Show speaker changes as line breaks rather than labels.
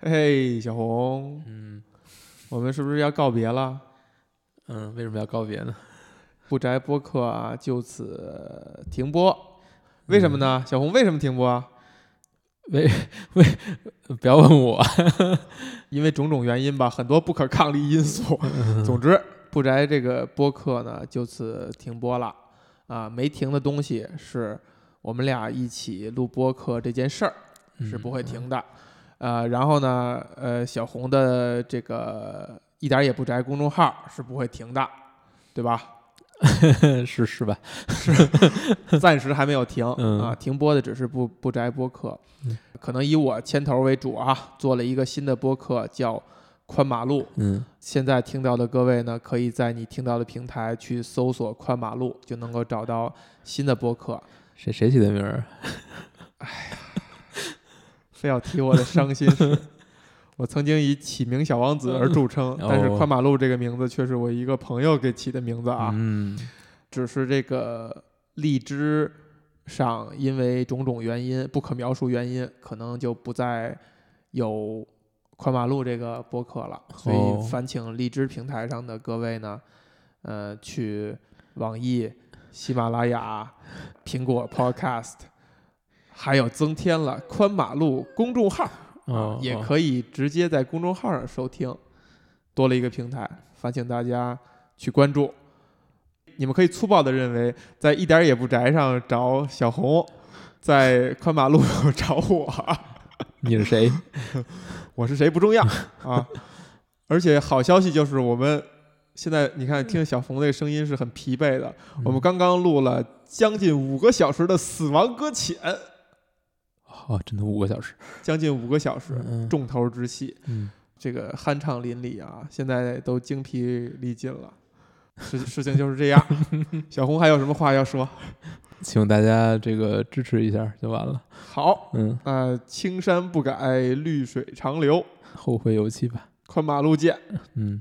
嘿，小红，
嗯
我们是不是要告别了？
嗯，为什么要告别呢？
不宅播客啊，就此停播。为什么呢？小红为什么停播啊？
不要问我，
因为种种原因吧，很多不可抗力因素。总之，不宅这个播客呢就此停播了。啊，没停的东西是我们俩一起录播客这件事儿
嗯
是不会停的。呃，然后呢，呃，小红的这个一点儿也不宅公众号是不会停的，对吧？
嗯，是是 吧？
暂时还没有停、
嗯
啊，停播的只是不不宅播客，
嗯
可能以我牵头为主啊，做了一个新的播客叫宽马路。
嗯
现在听到的各位呢，可以在你听到的平台去搜索“宽马路”，就能够找到新的播客。
谁谁起的名儿？
非要提我的伤心 事，我曾经以起名小王子而著称，
嗯
但是
哦
宽马路这个名字却是我一个朋友给起的名字啊。
嗯
只是这个荔枝上因为种种原因，不可描述原因，可能就不再有宽马路这个播客了。所
哦
以烦请荔枝平台上的各位呢，呃，去网易、喜马拉雅、苹果 Podcast，还有增添了宽马路公众号。
哦，
啊也
哦
可以直接在公众号上收听，多了一个平台，烦请大家去关注。你们可以粗暴地认为，在一点儿也不宅上找小红，在宽马路上 找我，
你 是谁？
我是谁不重要啊。而且好消息就是，我们现在你看听小红这个声音是很疲惫的，
嗯
我们刚刚录了将近五个小时的死亡搁浅，
哦，真的五个小时，
将近五个小时，
嗯
重头之戏。
嗯，
这个酣畅淋漓啊，现在都精疲力尽了。事事情就是这样，小红还有什么话要说？
请大家这个支持一下就完了。
好，
嗯，
那、青山不改，绿水长流，
后会有期吧。
宽马路见。
嗯，